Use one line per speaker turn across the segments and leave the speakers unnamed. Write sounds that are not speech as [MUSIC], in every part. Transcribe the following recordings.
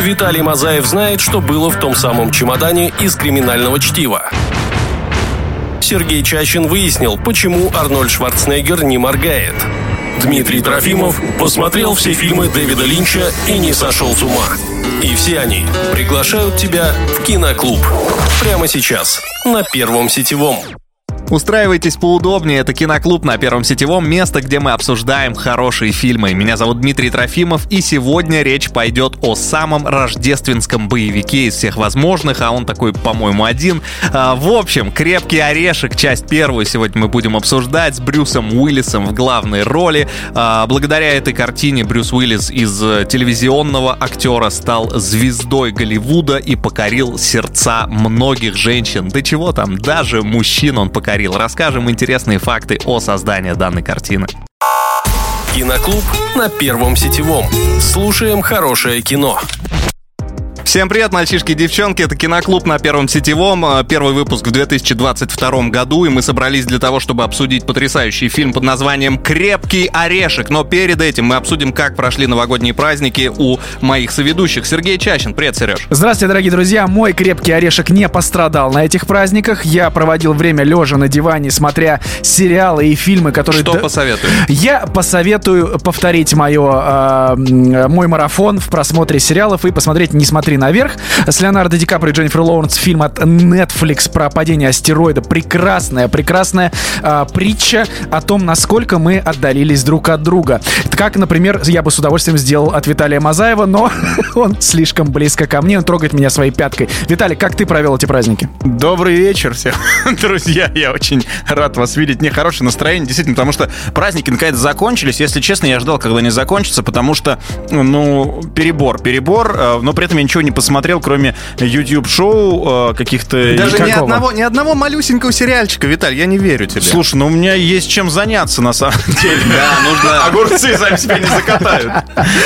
Виталий Мазаев знает, что было в том самом чемодане из криминального чтива. Сергей Чащин выяснил, почему Арнольд Шварценеггер не моргает. Дмитрий Трофимов посмотрел все фильмы Дэвида Линча и не сошел с ума. И все они приглашают тебя в киноклуб. Прямо сейчас, на Первом сетевом.
Устраивайтесь поудобнее, это киноклуб на Первом сетевом, место, где мы обсуждаем хорошие фильмы. Меня зовут Дмитрий Трофимов, и сегодня речь пойдет о самом рождественском боевике из всех возможных, а он такой, по-моему, один. А, в общем, «Крепкий орешек», часть первую сегодня мы будем обсуждать с Брюсом Уиллисом в главной роли. А, благодаря этой картине Брюс Уиллис из э, телевизионного актера стал звездой Голливуда и покорил сердца многих женщин. Да чего там, даже мужчин он покорил покорил. Расскажем интересные факты о создании данной картины.
Киноклуб на Первом сетевом. Слушаем хорошее кино.
Всем привет, мальчишки и девчонки. Это Киноклуб на Первом Сетевом. э, Первый выпуск в 2022 году. И мы собрались для того, чтобы обсудить потрясающий фильм под названием «Крепкий орешек». Но перед этим мы обсудим, как прошли новогодние праздники у моих соведущих. Сергей Чащин. Привет, Сереж.
Здравствуйте, дорогие друзья. Мой крепкий орешек не пострадал на этих праздниках. Я проводил время лежа на диване, смотря сериалы и фильмы, которые...
Что посоветую?
Я посоветую повторить мое, э, мой марафон в просмотре сериалов и посмотреть «Не смотри «Смотри наверх». С Леонардо Ди Каприо и Дженнифер Лоуренс фильм от Netflix про падение астероида. Прекрасная, прекрасная э, притча о том, насколько мы отдалились друг от друга. Как, например, я бы с удовольствием сделал от Виталия Мазаева, но [LAUGHS] он слишком близко ко мне, он трогает меня своей пяткой. Виталий, как ты провел эти праздники?
Добрый вечер всем, [LAUGHS] друзья. Я очень рад вас видеть. Мне хорошее настроение, действительно, потому что праздники наконец закончились. Если честно, я ждал, когда они закончатся, потому что, ну, перебор, перебор, э, но при этом я ничего не посмотрел, кроме YouTube-шоу э, каких-то...
Даже ни одного, ни одного малюсенького сериальчика, Виталь, я не верю тебе.
Слушай, ну у меня есть чем заняться, на самом [LAUGHS] деле.
Да, нужно...
Огурцы сами себя не закатают,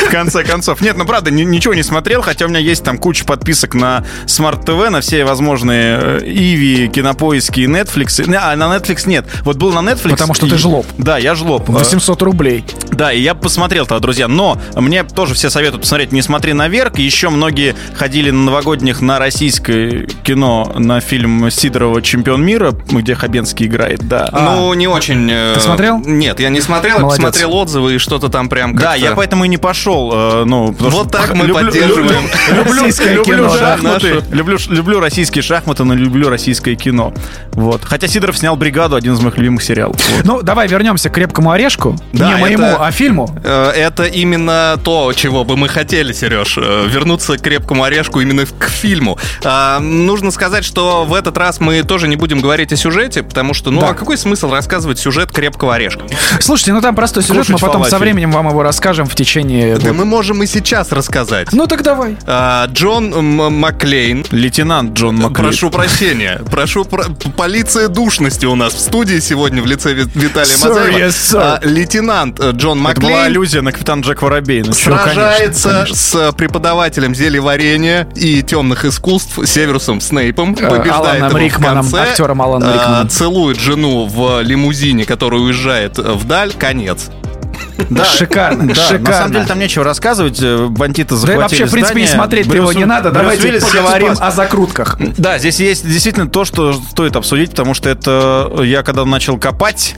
в конце концов. Нет, ну правда, ни- ничего не смотрел, хотя у меня есть там куча подписок на Smart TV, на все возможные э, Иви, Кинопоиски и Netflix. А на Netflix нет. Вот был на Netflix...
Потому что ты
и-
жлоб.
Да, я жлоб.
А,
Э,
800 рублей.
да, и я посмотрел тогда, друзья. Но мне тоже все советуют посмотреть «Не смотри наверх». Еще многие ходили на новогодних на российское кино, на фильм Сидорова «Чемпион мира», где Хабенский играет, да.
ну, не очень... э,
Ты смотрел?
Нет, я не смотрел, я
Молодец.
посмотрел отзывы и что-то там прям
да,
как-то-
я поэтому и не пошел. э, ну, потому
Вот
что [LAUGHS]
так мы
люблю-
поддерживаем. [LAUGHS]
Люблю,
Российское
люблю
кино, да,
шахматы.
нашу.
Люблю, ш- люблю российские шахматы, но люблю российское кино. Вот. Хотя Сидоров снял «Бригаду», один из моих любимых сериалов. Вот.
Ну, давай вернемся к крепкому орешку.
Да,
не моему,
это-
а фильму.
Э, Это именно то, чего бы мы хотели, Сереж. э, Вернуться к крепкому орешку именно к фильму. А, Нужно сказать, что в этот раз мы тоже не будем говорить о сюжете, потому что, ну,
Да.
а какой смысл рассказывать сюжет крепкого орешка?
Слушайте, ну там простой сюжет,
Кушать
мы потом со
фалафель.
временем вам его расскажем в течение...
Да мы можем и сейчас рассказать.
Ну так давай.
А, Джон М- Маклейн.
Лейтенант Джон Макклейд.
Э, Прошу прощения, прошу про... полиция душности у нас в студии сегодня в лице Ви- Виталия
Sorry,
Мазаева.
yes, sir.
А, лейтенант э, Джон
Это была
Маклейн
аллюзия на капитан Джек Воробей. Ну, чё, конечно,
сражается
конечно.
с преподавателем зелеварения и темных искусств Северусом Снейпом, побеждает
Э, Аланом
его
Рикманом,
в конце,
актером Аланом
а,
Рикманом.
целует жену в лимузине, который уезжает э, вдаль, конец.
Шикарно,
Да,
шикарно.
на самом деле там нечего рассказывать. э, Бандиты захватили
вообще, в принципе, и
здание.
смотреть
Брюс
его не
Уилл-
надо.
Брюс
Давайте
Уиллис типа всех
поговорим А.
спас.
о закрутках.
Да, здесь есть действительно то, что стоит обсудить, потому что это э, я когда
[LAUGHS]
начал копать.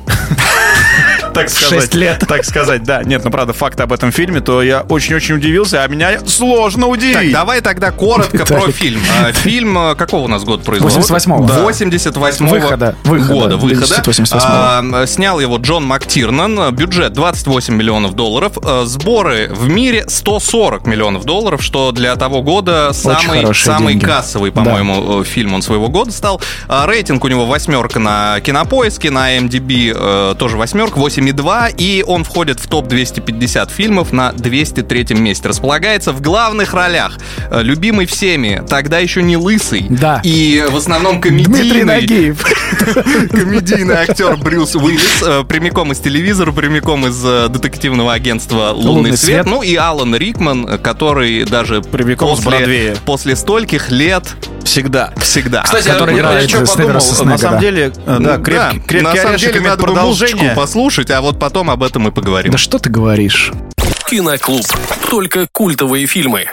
Так сказать.
Шесть лет.
Так сказать, да. Нет, ну правда, факты об этом фильме, то я очень-очень удивился, а меня сложно
Так,
удивить.
давай
[LAUGHS]
тогда коротко про
Виталик.
фильм. А, Фильм э, какого у нас год производства?
88-го. Да.
88
Выхода, выхода,
года выхода.
1988-го.
А, снял его Джон МакТирнан. Э, Бюджет 28 миллионов долларов. Э, Сборы в мире 140 миллионов долларов, что для того года самый,
хорошие
самый
деньги.
кассовый, по-моему, э, фильм он своего года стал. А, Рейтинг у него восьмерка на кинопоиске, на MDB э, тоже восьмерка, 8,2. И он входит в топ-250 фильмов на 203 месте. Располагается в главных ролях. Э, Любимый всеми, тогда еще не лысый.
Да.
И в основном
Дмитрий
комедийный,
Нагиев.
[LAUGHS] комедийный актер Брюс Уиллис, э, прямиком из телевизора, прямиком из э, детективного агентства «Лунный,
«Лунный
свет».
свет».
Ну и Алан Рикман, э, который даже
Прямиком с
после,
Бродвея.
после стольких лет
Всегда.
всегда.
Кстати,
Который
я- я
играет
что
Снегга
подумал,
Росса
на
Снегга,
самом
да.
деле, э, да, крепкий, крепкий
на самом
орешек
деле
имеет
надо бы музычку
продолжение.
послушать, а вот потом об этом и поговорим.
Да что ты говоришь?
Киноклуб. Только культовые фильмы.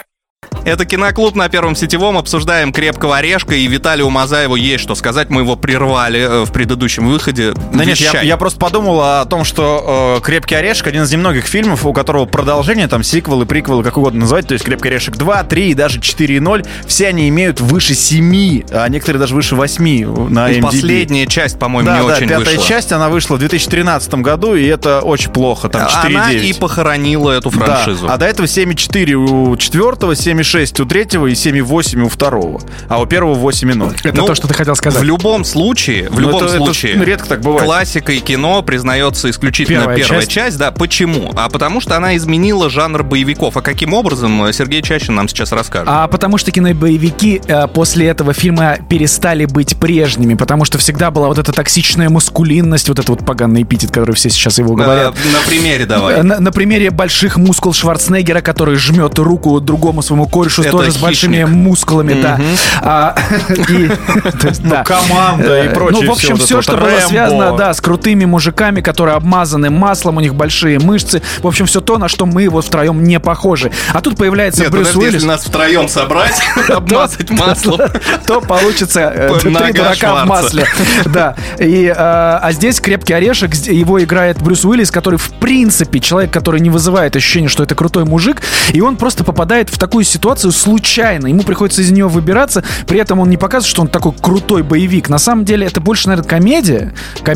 Это киноклуб на Первом Сетевом. Обсуждаем «Крепкого орешка» и Виталию Мазаеву есть что сказать. Мы его прервали э, в предыдущем выходе.
Да нет, я,
Вещай.
я просто подумал о том, что э, «Крепкий орешек» один из немногих фильмов, у которого продолжение, там, сиквелы, приквелы, как угодно называть, то есть «Крепкий орешек 2», 3 и даже 4.0, все они имеют выше 7, а некоторые даже выше 8 на
И
IMDb.
последняя часть, по-моему,
эм да,
не
да,
очень
пятая
вышла.
часть, она вышла в 2013 году, и это очень плохо, там 4.9.
Она и похоронила эту
Да,
франшизу.
А до этого 7,4 у четвертого, 7,6 у третьего и 7,8 у второго. А у первого 8,0.
Это
Ну,
то, что ты хотел сказать.
В любом случае, в
Ну,
любом
это- это
случае,
редко так бывает.
классикой кино признается исключительно первая,
Первая
часть.
часть.
да. Почему? А потому что она изменила жанр боевиков. А каким образом, э, Сергей Чащин нам сейчас расскажет.
А потому что кинобоевики э, после этого фильма перестали быть прежними, потому что всегда была вот эта токсичная маскулинность, вот этот вот поганый эпитет, который все сейчас его говорят.
Э, на
[LAUGHS]
примере давай.
Э, На, на примере больших мускул Шварценеггера, который жмет руку другому своему корешу,
Это
тоже с большими
хищник.
мускулами, да. А, [LAUGHS] и- то есть, да.
команда Ну, и
Э,
прочее
Ну, в
всё
общем,
вот
все,
это
что было
Рэмбо.
связано, да, с крутыми мужиками, которые обмазаны маслом, у них большие мышцы. В общем, все то, на что мы вот втроем не похожи. А тут появляется
Нет,
Брюс
подожди,
Уиллис.
если
[LAUGHS]
нас втроем собрать, [LAUGHS] обмазать маслом.
то получится э, три
Нога
дурака
Шварца. [LAUGHS]
в масле. Да. И, э, а здесь «Крепкий орешек», зд- его играет Брюс Уиллис, который, в принципе, человек, который не вызывает ощущения, что это крутой мужик, и он просто попадает в такую ситуацию случайно. Ему приходится из нее выбираться, при этом он не показывает, что он такой крутой боевик. На самом деле это больше, наверное, комедия,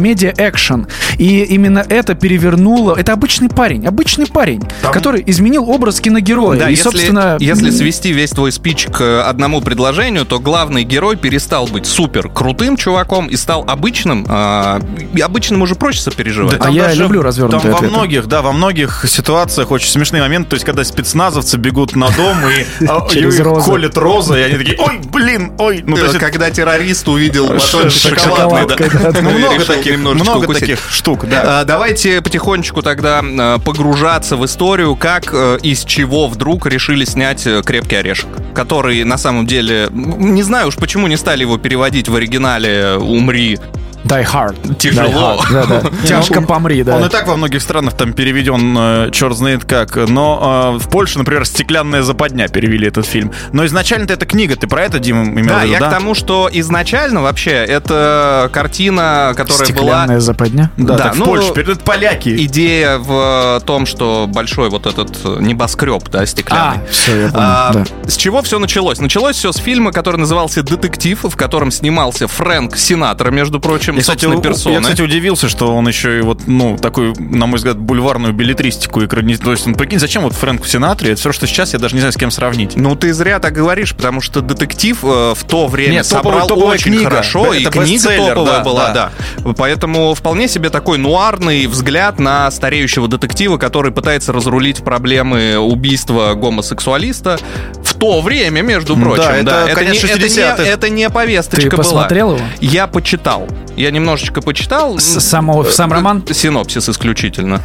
комедия-экшен. И именно это перевернуло... Это обычный парень, обычный парень, который изменил образ киногероя.
Да,
и,
если,
собственно...
если свести весь твой спич к э, одному предложению, то главный герой перестал быть супер крутым чуваком и стал обычным. а, и обычным уже проще сопереживать.
А я люблю развернутые
Там во
ответы.
многих, да, во многих ситуациях очень смешные моменты, то есть когда спецназовцы бегут на дом
[LAUGHS]
и а,
Через
и их
розы.
колят розы, и они такие, ой, блин, ой. Ну, то есть [LAUGHS] это-
когда террорист увидел батончик
шоколадный,
шоколадный,
да.
да.
ну, много
Решил
таких,
немножечко
много
укусить.
таких штук, да.
А, Давайте потихонечку тогда э, погружаться в историю, как э, из чего вдруг решили снять э, крепкий орешек, который на самом деле м, не знаю уж почему не стали его переводить в оригинале э, «Умри».
Die Hard.
Тяжело.
Die Hard, да,
[LAUGHS]
да. Тяжко помри, да.
Он и так во многих странах там переведен, э, черт знает как. Но э, в Польше, например, «Стеклянная западня» перевели этот фильм. Но изначально-то это книга, ты про это, Дима, имел
Да,
в виду,
я к тому, что изначально вообще это картина, которая была...
Стеклянная западня.
Да,
да,
так
ну,
в Польше, перед- это поляки.
Идея в э, том, что большой вот этот э, небоскреб, да, стеклянный.
Все, я понял.
А,
да.
С чего все началось? Началось все с фильма, который назывался «Детектив», в котором снимался Фрэнк Синатор, между прочим,
Я, кстати,
собственной
у-
персоной.
я, кстати, удивился, что он еще и вот, ну, такую, на мой взгляд, бульварную билетристику экранизирует. То есть, ну, прикинь, зачем вот Фрэнку Синатре? Это все, что сейчас, я даже не знаю, с кем сравнить.
Ну, ты зря так говоришь, потому что детектив э, в то время
Нет,
собрал
топовая- топовая
очень
книга.
хорошо,
Да,
и
это
книга
бестселлер,
топовая
да,
была, да. Поэтому вполне себе такой нуарный взгляд на стареющего детектива, который пытается разрулить проблемы убийства гомосексуалиста в то время, между
Да,
прочим.
это конец
не, это,
60-х.
не, это не повесточка
Ты
была.
посмотрел его?
Я почитал. Я немножечко почитал.
С- самого- сам
Э, [LAUGHS]
роман?
Синопсис исключительно.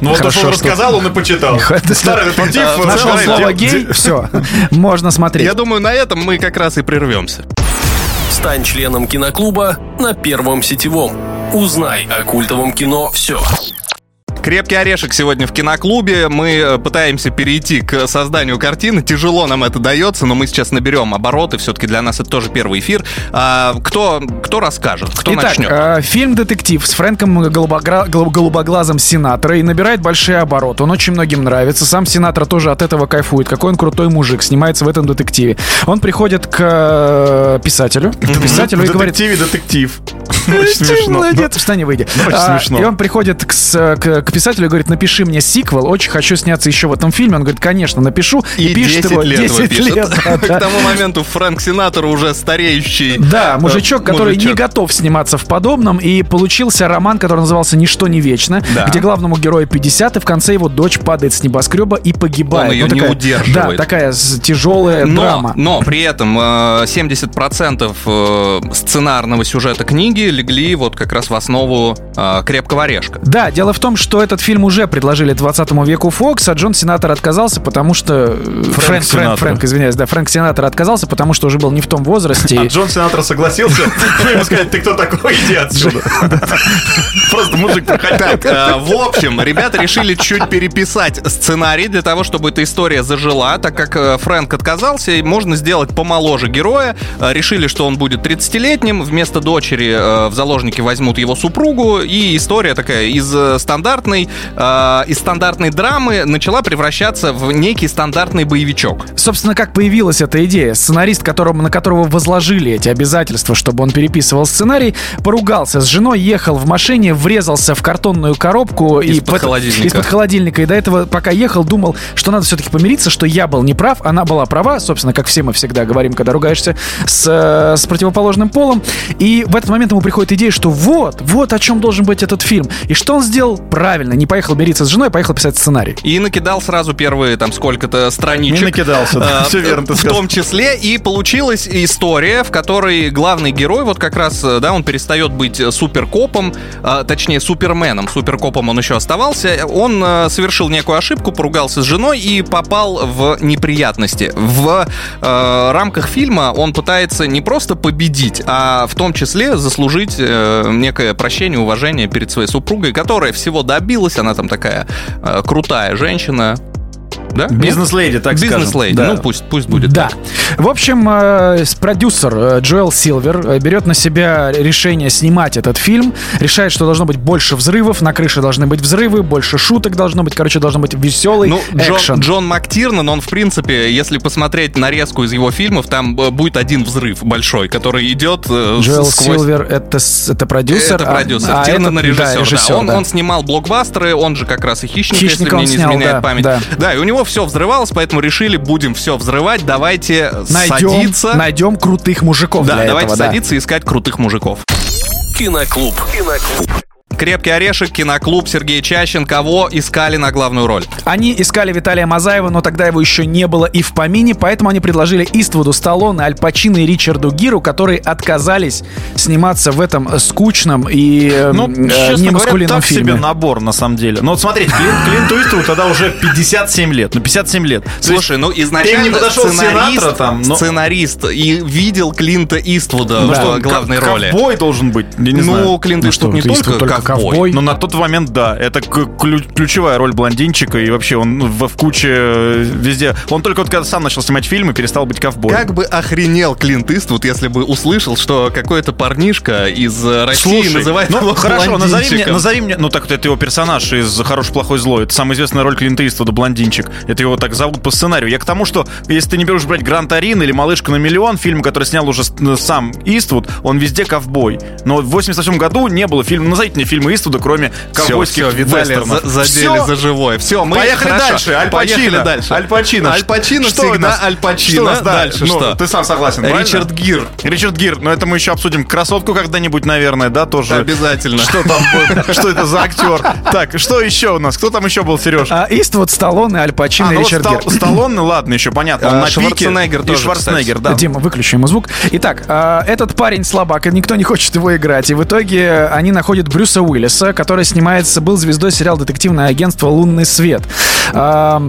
Ну, вот
Хорошо,
то, что он
что-
рассказал, он и почитал. Старый детектив.
Да,
рассказал,
Нашел
Нашел
слово
где-
гей,
[LAUGHS]
все, можно смотреть.
Я думаю, на этом мы как раз и прервемся.
Стань членом киноклуба на Первом Сетевом. Узнай о культовом кино все.
Крепкий орешек сегодня в киноклубе. Мы э, пытаемся перейти к созданию картины. Тяжело нам это дается, но мы сейчас наберем обороты. Все-таки для нас это тоже первый эфир. А, кто, кто расскажет? Кто
Итак,
начнет?
э, фильм «Детектив» с Фрэнком Голубогра- Голуб- Голубоглазом Синатра и набирает большие обороты. Он очень многим нравится. Сам Синатра тоже от этого кайфует. Какой он крутой мужик, снимается в этом детективе. Он приходит к э, писателю, к писателю и
В
говорит...
детективе детектив. Очень
Ты
смешно.
молодец, встань и выйди.
Очень
А,
смешно.
И он приходит к, с- к- к писателю и говорит, напиши мне сиквел, очень хочу сняться еще в этом фильме. Он говорит, конечно, напишу. И, пишет его 10
его пишет. [LAUGHS]
лет. да,
К
да.
тому моменту Фрэнк Синатор уже стареющий.
Да,
э,
мужичок, который не
мужичок.
готов сниматься в подобном, и получился роман, который назывался «Ничто не вечно»,
Да.
где главному герою 50, и в конце его дочь падает с небоскреба и погибает.
Он её не удерживает.
Да, такая с- тяжелая
Но,
драма.
но при этом э, 70% э, сценарного сюжета книги легли вот как раз в основу э, крепкого орешка.
Да, дело в том, что этот фильм уже предложили 20 веку Фокс, а Джон Сенатор отказался, потому что... э, Фрэнк, Фрэнк,
Синатра.
Фрэнк, извиняюсь, да, Фрэнк Сенатор отказался, потому что уже был не в том возрасте.
А
и-
Джон Сенатор согласился? [LAUGHS] Вы ему сказали, ты кто такой? Иди отсюда. Просто мужик проходил.
Так, э, в общем, ребята решили чуть переписать сценарий для того, чтобы эта история зажила, так как э, Фрэнк отказался, и можно сделать помоложе героя. Э, Решили, что он будет 30-летним, вместо дочери э, в заложники возьмут его супругу, и история такая из э, стандартной, э, из стандартной драмы начала превращаться в некий стандартный боевичок.
Собственно, как появилась эта идея? Сценарист, которому, на которого возложили эти обязательства, чтобы он переписывал сценарий, поругался с женой, ехал в машине, врезался в картонную коробку и
Из-под
пот-
холодильника.
из-под холодильника. И до этого, пока ехал, думал, что надо все-таки помириться, что я был неправ, она была права, собственно, как все мы всегда говорим, когда ругаешься с, э, с противоположным полом. И в этот момент ему приходит идея, что вот, вот о чем должен быть этот фильм. И что он сделал? Правильно, не поехал мириться с женой, а поехал писать сценарий.
И накидал сразу первые там сколько-то страничек.
Не накидался, да.
Э,
Всё верно ты
В
сказал.
том числе и получилась история, в которой главный герой, вот как раз, э, да, он перестает быть э, суперкопом, э, точнее, суперменом. Суперкопом он еще оставался. Он э, совершил некую ошибку, поругался с женой и попал в неприятности. В э, рамках фильма он пытается не просто победить, а в том числе заслужить э, некое прощение, уважение перед своей супругой, которая всего добилась. Она там такая э, крутая женщина. Да?
Бизнес-леди, так скажем.
Бизнес-лейди.
Да.
Ну, пусть, пусть будет.
Да.
так.
В общем, э, с- продюсер э, Джоэл Силвер э, берет на себя решение снимать этот фильм, решает, что должно быть больше взрывов, на крыше должны быть взрывы, больше шуток должно быть, короче, должно быть веселый
Ну, Джон,
экшен.
Джон Мактирнан, он, в принципе, если посмотреть нарезку из его фильмов, там э, будет один взрыв большой, который идет э, с-
Джоэл
сквозь...
Силвер это, с- это продюсер.
Это
а-
продюсер.
а
Тирнан
этот,
режиссер.
да,
да.
режиссер,
Он,
да.
он снимал блокбастеры, он же как раз и хищник, если
«Хищника»
мне
он
не
снял,
изменяет
да,
память.
да.
и у него все взрывалось, поэтому решили, будем все взрывать, давайте
найдем,
садиться.
найдем крутых мужиков
Да,
для
давайте
этого. да.
садиться и искать крутых мужиков.
Киноклуб.
Крепкий орешек, киноклуб, Сергей Чащин. Кого искали на главную роль?
Они искали Виталия Мазаева, но тогда его еще не было и в помине, поэтому они предложили Иствуду Сталлоне, Аль Пачино и Ричарду Гиру, которые отказались сниматься в этом э, скучном и э,
Ну,
м, э,
честно говоря,
немаскулинном
так себе
фильме.
набор, на самом деле. Ну, вот смотрите, Клин, Клинту Иствуду тогда уже 57 лет. Ну, 57 лет. То есть
Слушай, ну изначально
ты не подошел к Синатра
сценарист,
там, но-
сценарист и видел Клинта Иствуда
ну
в
что, он
главной
ков-
роли.
Ковбой должен быть, я не знаю.
ну, Клинт
Ну
Иствуд
что,
не
ты
только,
Иствуд только
ковбой.
ковбой.
Но на тот момент, да, это к- ключ- ключевая роль блондинчика, и вообще он в, в куче э, везде. Он только вот когда сам начал снимать фильмы, перестал быть ковбоем.
Как бы охренел Клинт Иствуд, если бы услышал, что какой-то парнишка из э, России
Слушай,
называет
ну,
его
хорошо, назови мне,
блондинчиком.
назови мне, ну так вот это его персонаж из «Хороший, плохой, злой». Это самая известная роль Клинта Иствуда, блондинчик. Это его так зовут по сценарию. Я к тому, что если ты не берешь брать Грант Арин или «Малышку на миллион», фильм, который снял уже с- э, сам Иствуд, он везде ковбой. Но в 88 году не было фильма, назовите мне фильмы Иствуда, кроме ковбойских
Все, все, Виталия
вестернов.
за- задели
Всё.
за живое. Все, мы
Поехали
хорошо,
дальше. Аль
Поехали
Пачино.
дальше.
Аль Пачино.
Аль Пачино
Что у
всегда
нас?
Аль
Что у
Пачино.
нас
Дальше
Ну,
что?
Ты сам согласен, правильно?
Ричард Гир.
Ричард Гир, но это мы еще обсудим красотку когда-нибудь, наверное, да, тоже.
Обязательно.
Что там будет? Что это за актер? Так, что еще у нас? Кто там еще был, Сереж?
А Иствуд, Сталлоне, Аль Пачино и
ну вот
Ричард
Стал-
Гир.
Сталлоне, ладно, еще понятно. Он
А,
на пике.
Шварценеггер
И
тоже,
Шварценеггер, да.
Дима, выключи ему звук. Итак, э, этот парень слабак, и никто не хочет его играть. И в итоге они находят Брюса Уиллиса, который снимается, был звездой сериала «Детективное агентство «Лунный свет». Э,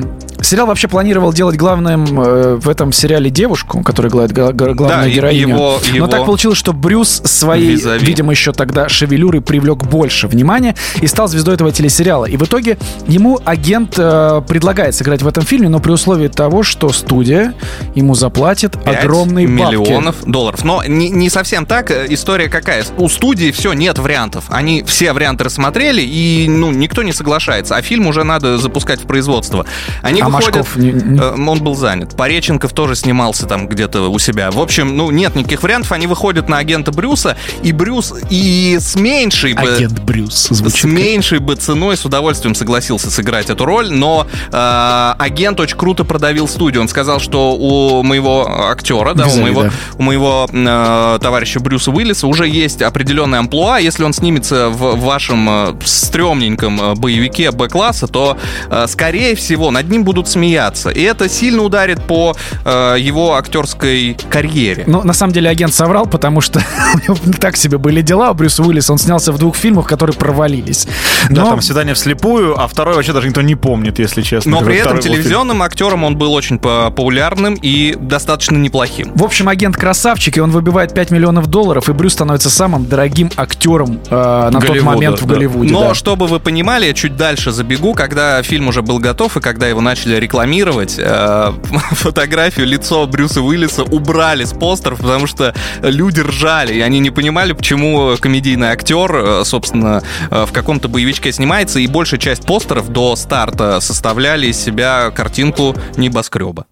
Сериал вообще планировал делать главным э, в этом сериале девушку, которая играет гла- гла- главную
Да, и-
героиню.
его- его-
Но так получилось, что Брюс своей,
Визави.
видимо, еще тогда шевелюрой привлек больше внимания и стал звездой этого телесериала. И в итоге ему агент э, предлагает сыграть в этом фильме, но при условии того, что студия ему заплатит
Пять
огромные бабки.
миллионов долларов. Но не, не совсем так. Э, История какая? У студии все нет вариантов. Они все варианты рассмотрели, и ну никто не соглашается. А фильм уже надо запускать в производство. Они
А
выходят-
Машков не- не-
Э, Он был занят. Пореченков тоже снимался там где-то у себя. В общем, ну нет никаких вариантов. Они выходят на агента Брюса, и Брюс и с меньшей бы...
Брюс
С меньшей бы ценой с удовольствием согласился сыграть эту роль, но э, агент очень круто продавил студию. Он сказал, что у моего актера, да, у
Визави,
моего,
да.
у моего э, товарища Брюса Уиллиса уже есть определенная амплуа. Если он снимется в вашем э, стрёмненьком э, боевике Б-класса, то, э, скорее всего, над ним будут будут смеяться. И это сильно ударит по э, его актерской карьере.
Ну, на самом деле, агент соврал, потому что [LAUGHS] у него так себе были дела. У Брюса Уиллиса он снялся в двух фильмах, которые провалились.
Да,
ну-
Но-
там свидание вслепую, а второй вообще даже никто не помнит, если честно.
Но при этом
Второй был фильм.
телевизионным актером он был очень по- популярным и достаточно неплохим.
В общем, агент красавчик, и он выбивает 5 миллионов долларов, и Брюс становится самым дорогим актером э, на тот
Голливуда,
момент в
да.
Голливуде.
Но
да.
чтобы вы понимали, я чуть дальше забегу, когда фильм уже был готов и когда его начали рекламировать, э, [LAUGHS] фотографию лицо Брюса Уиллиса убрали с постеров, потому что люди ржали, и они не понимали, почему комедийный актер, э, собственно, э, в каком-то боевичке снимается, и большая часть постеров до старта составляли из себя картинку небоскреба.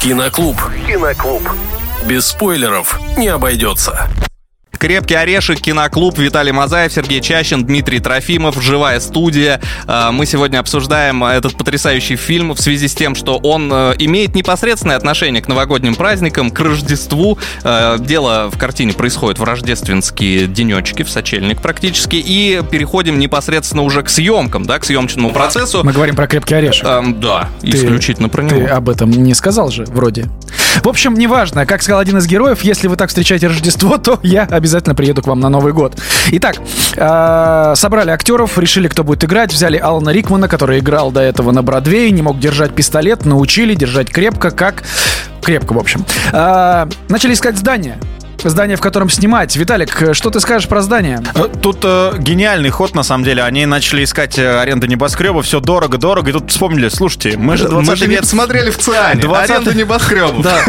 Киноклуб. Киноклуб. Без спойлеров не обойдется.
Крепкий орешек, киноклуб, Виталий Мазаев, Сергей Чащин, Дмитрий Трофимов, живая студия. Э, Мы сегодня обсуждаем этот потрясающий фильм в связи с тем, что он э, имеет непосредственное отношение к новогодним праздникам, к Рождеству. Э, Дело в картине происходит в рождественские денечки, в сочельник практически. И переходим непосредственно уже к съемкам, да, к съемочному процессу.
Мы говорим про крепкий орешек.
Эм, да, исключительно про
Ты
него.
Ну.
об этом не сказал же, вроде. В общем, неважно, как сказал один из героев, если вы так встречаете Рождество, [LAUGHS] то я обязательно приеду к вам на Новый год. Итак, э, собрали актеров, решили, кто будет играть, взяли Алана Рикмана, который играл до этого на Бродвее, не мог держать пистолет, научили держать крепко, как... Крепко, в общем. Э, начали искать здание. Здание, в котором снимать. Виталик, э, что ты скажешь про здание?
Э, Тут э, гениальный ход, на самом деле. Они начали искать э, аренду небоскреба, все дорого-дорого. И тут вспомнили, слушайте, мы же 20 век...
смотрели в ЦИАНе.
20
небоскребов.
Да,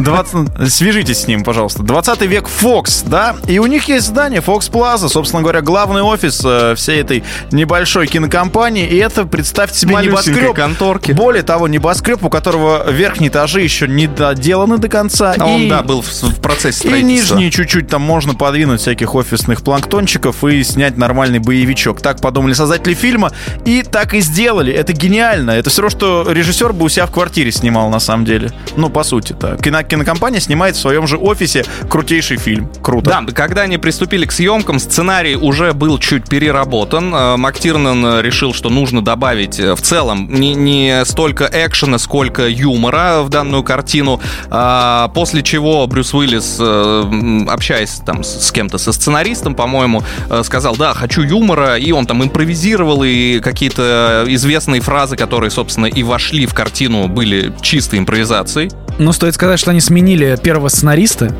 20 свяжитесь с ним, пожалуйста. 20 век Fox, да? И у них есть здание Fox Plaza, собственно говоря, главный офис э, всей этой небольшой кинокомпании. И это, представьте себе,
Малюсенькой
небоскреб.
конторки.
Более того, небоскреб, у которого верхние этажи еще не доделаны до конца.
А
И-
Он, да, был в, в процессе
И
строительства.
нижние чуть-чуть там можно подвинуть всяких офисных планктончиков и снять нормальный боевичок. Так подумали создатели фильма и так и сделали. Это гениально. Это все, что режиссер бы у себя в квартире снимал на самом деле. Ну, по сути-то. Кино- кинокомпания снимает в своем же офисе крутейший фильм. Круто.
Да, когда они приступили к съемкам, сценарий уже был чуть переработан. Э, Мактирнан э, решил, что нужно добавить э, в целом не, не столько экшена, сколько юмора в данную картину. А, После чего Брюс Уиллис, э, м, общаясь там с с кем-то, со сценаристом, по-моему, э, сказал, да, хочу юмора, и он там импровизировал, и какие-то известные фразы, которые, собственно, и вошли в картину, были чистой импровизацией.
Ну, стоит сказать, что они сменили первого сценариста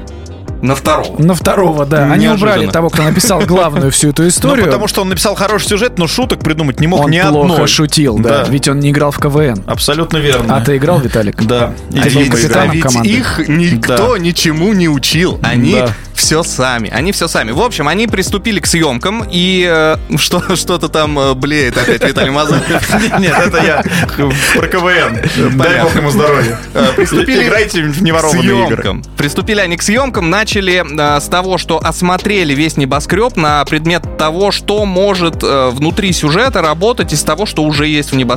На второго.
на второго, да. Они
Неожиданно.
убрали того, кто написал главную всю эту
[LAUGHS] Ну,
историю.
потому что он написал хороший сюжет, но шуток придумать не мог
Он
ни
плохо
одной.
шутил, да.
Да.
Ведь он не играл в КВН.
Абсолютно верно.
А ты играл, Виталик? А
Да. И
Ты был
Дима
капитаном
играет.
капитан. команды.
их никто ничему не учил. Они
Да.
все сами. Они все сами. В общем, они приступили к съемкам, и э, что, [LAUGHS] что-то там э, блеет опять Виталий Мазур.
[LAUGHS] Нет, это я про КВН. Дай
Понятно.
бог ему здоровья.
Приступили
Играйте в неворованные игры.
съемкам. Приступили они к съемкам, начали э, с того, что осмотрели весь небоскреб на предмет того, что может э, внутри сюжета работать из того, что уже есть в небоскребе.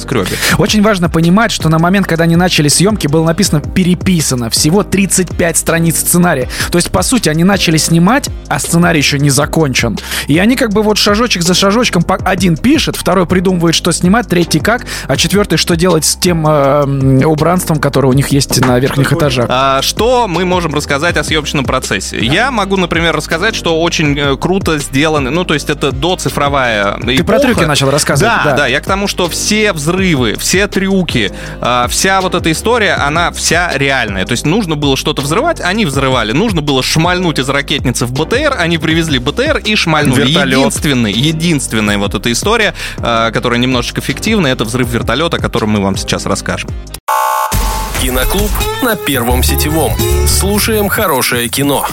Очень важно понимать, что на момент, когда они начали съемки, было написано переписано всего 35 страниц сценария. То есть, по сути, они начали снимать, а сценарий еще не закончен. И они как бы вот шажочек за шажочком по- один пишет, второй придумывает, что снимать, третий как, а четвертый, что делать с тем э, м, убранством, которое у них есть на верхних этажах.
А, Что мы можем рассказать о съемочном процессе? Я могу, например, рассказать, что очень э, круто сделаны, ну, то есть это доцифровая
Ты про трюки начал рассказывать.
Да, да, я к тому, что все взрывы, все трюки, э, вся вот эта история, она вся реальная. То есть нужно было что-то взрывать, они взрывали. Нужно было шмальнуть из ракетницы в БТР, они привезли БТР и шмальнули.
Вертолет.
Единственный, единственная вот эта история, э, которая немножечко фиктивная, это взрыв вертолета, о котором мы вам сейчас расскажем.
Киноклуб на первом сетевом. Слушаем хорошее кино.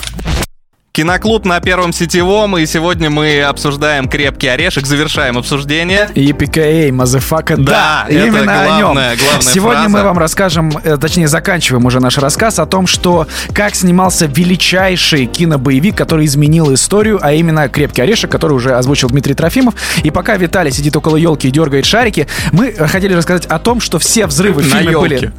Киноклуб на первом сетевом, и сегодня мы обсуждаем крепкий орешек, завершаем обсуждение.
EPKA, мазафака,
Да,
да,
это
именно о нем.
главная- главная
Сегодня
фраза.
мы вам расскажем, э, точнее заканчиваем уже наш рассказ о том, что как снимался величайший кинобоевик, который изменил историю, а именно «Крепкий орешек», который уже озвучил Дмитрий Трофимов. И пока Виталий сидит около елки и дергает шарики, мы э, хотели рассказать о том, что все взрывы в
На
фильме были
ёлке.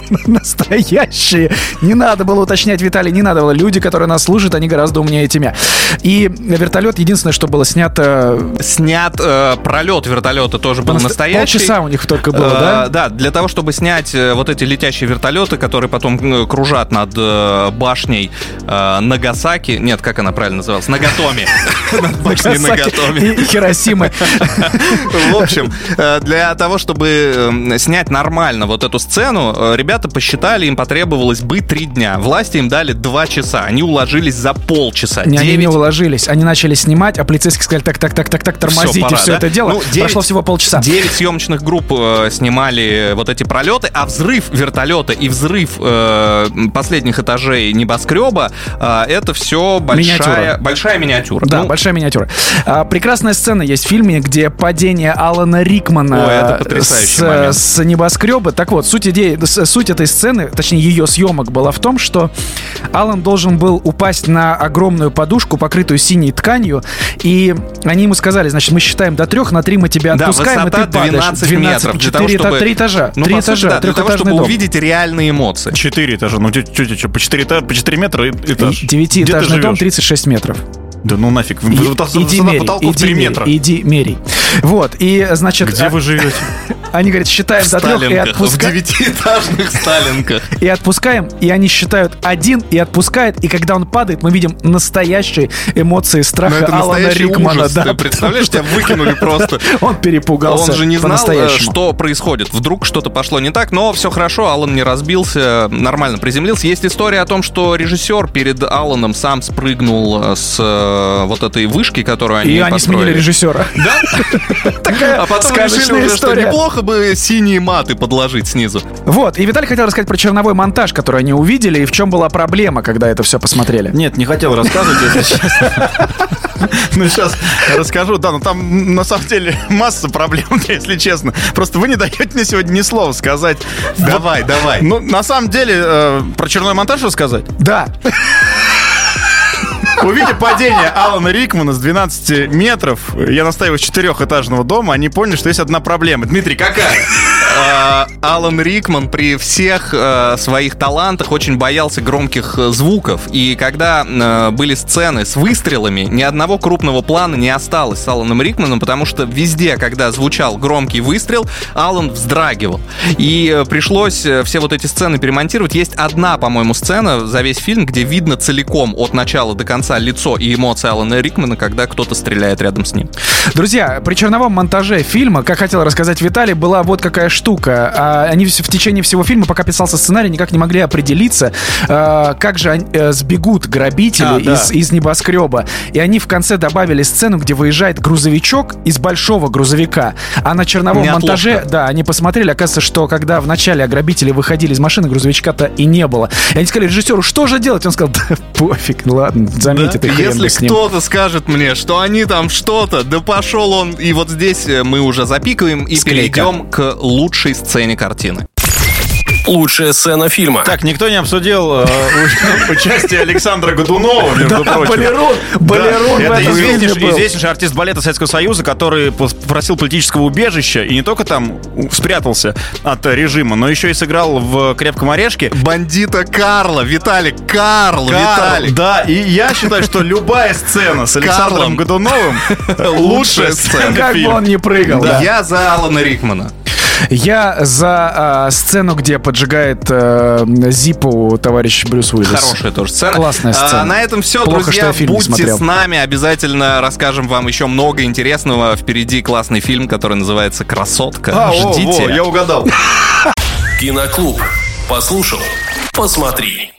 [LAUGHS] настоящие. Не надо было уточнять, Виталий, не надо было. Люди, которые нас слушают, они они гораздо умнее тебя. И вертолет, единственное, что было снято...
Снят э, пролет вертолета тоже был
Понаст-
настоящий.
Полчаса у них только было,
Э,
да?
для того, чтобы снять э, вот эти летящие вертолеты, которые потом э, кружат над э, башней э, Нагасаки. Нет, как она правильно называлась?
[LAUGHS]
Нагатоми. Над башней
Нагасаки
Нагатоми.
и- и Хиросимы.
В общем, э, для того, чтобы э, снять нормально вот эту сцену, э, ребята посчитали, им потребовалось бы три дня. Власти им дали два часа. Они уложились за полчаса.
Не, Они не
Девять
уложились. Они начали снимать, а полицейские сказали, так, так, так, так, так, тормозите
пора,
все,
да?
это дело.
Ну, девять-
Прошло всего полчаса.
Девять съемочных групп э, снимали вот эти пролеты, а взрыв вертолета и взрыв э, последних этажей небоскреба э, это все большая
Миниатюра.
большая миниатюра.
Да,
Ну,
большая миниатюра. А, прекрасная сцена есть в фильме, где падение Алана Рикмана
Ой, это
э,
потрясающий момент.
с, с небоскреба. Так вот, суть, идеи, с- суть этой сцены, точнее ее съемок, была в том, что Алан должен был упасть на огромную подушку, покрытую синей тканью, и они ему сказали, значит, мы считаем до трех, на три мы тебя
Да,
отпускаем, и
высота
ты падаешь.
12 метров. Для того,
четыре эта-
чтобы-
три этажа,
ну,
три
по сути,
этажа,
да, для того, чтобы
трехэтажный дом.
увидеть реальные эмоции.
Четыре этажа. Ну, тю- тю- тю- тю, по четыре этажа, по четыре метра и- этаж. Где ты
Девятиэтажный дом,
живешь?
36 метров.
Да ну нафиг.
И-
Высота
иди
высота
мерей,
потолка в
иди
три
мерей,
метра.
Иди мерей. Вот, и, значит,
Где
а-
вы живете?
они говорят, считаем до трех и,
Сталинках, в
отпуска-
девятиэтажных сталинках.
и отпускаем, и они считают один и отпускают, и когда он падает, мы видим настоящие эмоции
Ну,
страха
это
Алана
настоящий
Рикмана.
ужас.
да.
Ты представляешь, тебя выкинули просто.
Он перепугался
Он же не знал, э,
по-настоящему.
что происходит. Вдруг что-то пошло не так, но все хорошо, Алан не разбился, нормально приземлился. Есть история о том, что режиссер перед Аланом сам спрыгнул э, с э, вот этой вышки, которую они
И они
построили.
сменили режиссера. [LAUGHS]
Да? А потом решили
сказочная
уже, что
история.
неплохо бы синие маты подложить снизу.
Вот, и Виталий хотел рассказать про черновой монтаж, который они увидели, и в чем была проблема, когда это все посмотрели.
Нет, не хотел рассказывать, если [LAUGHS] честно. Ну, сейчас расскажу. Да, ну там на самом деле масса проблем, [LAUGHS] если честно. Просто вы не даете мне сегодня ни слова сказать.
Давай, давай.
Ну, на самом деле, э, про черной монтаж рассказать?
Да,
Увидев падение Алана Рикмана с 12 метров, я настаиваю, с четырехэтажного дома, они поняли, что есть одна проблема. Дмитрий, какая?
Э, Алан Рикман при всех э, своих талантах очень боялся громких э, звуков. И когда э, были сцены с выстрелами, ни одного крупного плана не осталось с Аланом Рикманом, потому что везде, когда звучал громкий выстрел, Алан вздрагивал. И э, пришлось э, все вот эти сцены перемонтировать. Есть одна, по-моему, сцена за весь фильм, где видно целиком от начала до конца лицо и эмоции Алана Рикмана, когда кто-то стреляет рядом с ним.
Друзья, при черновом монтаже фильма, как хотел рассказать Виталий, была вот какая штука. А, Они вс- в течение всего фильма, пока писался сценарий, никак не могли определиться, э, как же они, э, сбегут грабители
А, да.
из, из небоскреба. И они в конце добавили сцену, где выезжает грузовичок из большого грузовика. А на черновом
Неотложка.
монтаже, да, они посмотрели, оказывается, что когда вначале грабители выходили из машины, грузовичка-то и не было. И они сказали режиссеру, что же делать? Он сказал, да пофиг, ну ладно, заметит и хрен бы
Если
с ним».
кто-то скажет мне, что они там что-то, да пошел он, и вот здесь э, мы уже запикаем и
Склейка.
перейдем к лучшей сцене картины.
Лучшая сцена фильма.
Так, никто не обсудил э, у- участие Александра Годунова, между
[LAUGHS]
прочим.
Балерон, балерон
Да,
в
это
этом фильме
известнейший,
был.
известнейший артист балета Советского Союза, который пос- попросил политического убежища и не только там у- спрятался от э, режима, но еще и сыграл в «Крепком орешке».
Бандита Карла, Виталик, Карл,
Карл,
Виталик.
да, и я считаю, что любая сцена с
Карлом.
Александром [LAUGHS] Годуновым лучшая сцена
Ну, Как бы
фильма.
он не прыгал, да.
Я за Алана Рикмана.
Я за а, сцену, где поджигает э, Зипу товарищ Брюс Уиллис.
Хорошая тоже сцена.
Классная сцена.
А, на этом все,
Плохо, что
друзья.
я фильм не
Будьте
смотрел.
с нами. Обязательно расскажем вам еще много интересного. Впереди классный фильм, который называется Красотка.
А, о,
Ждите.
во, я угадал.
Киноклуб. Послушал, посмотри.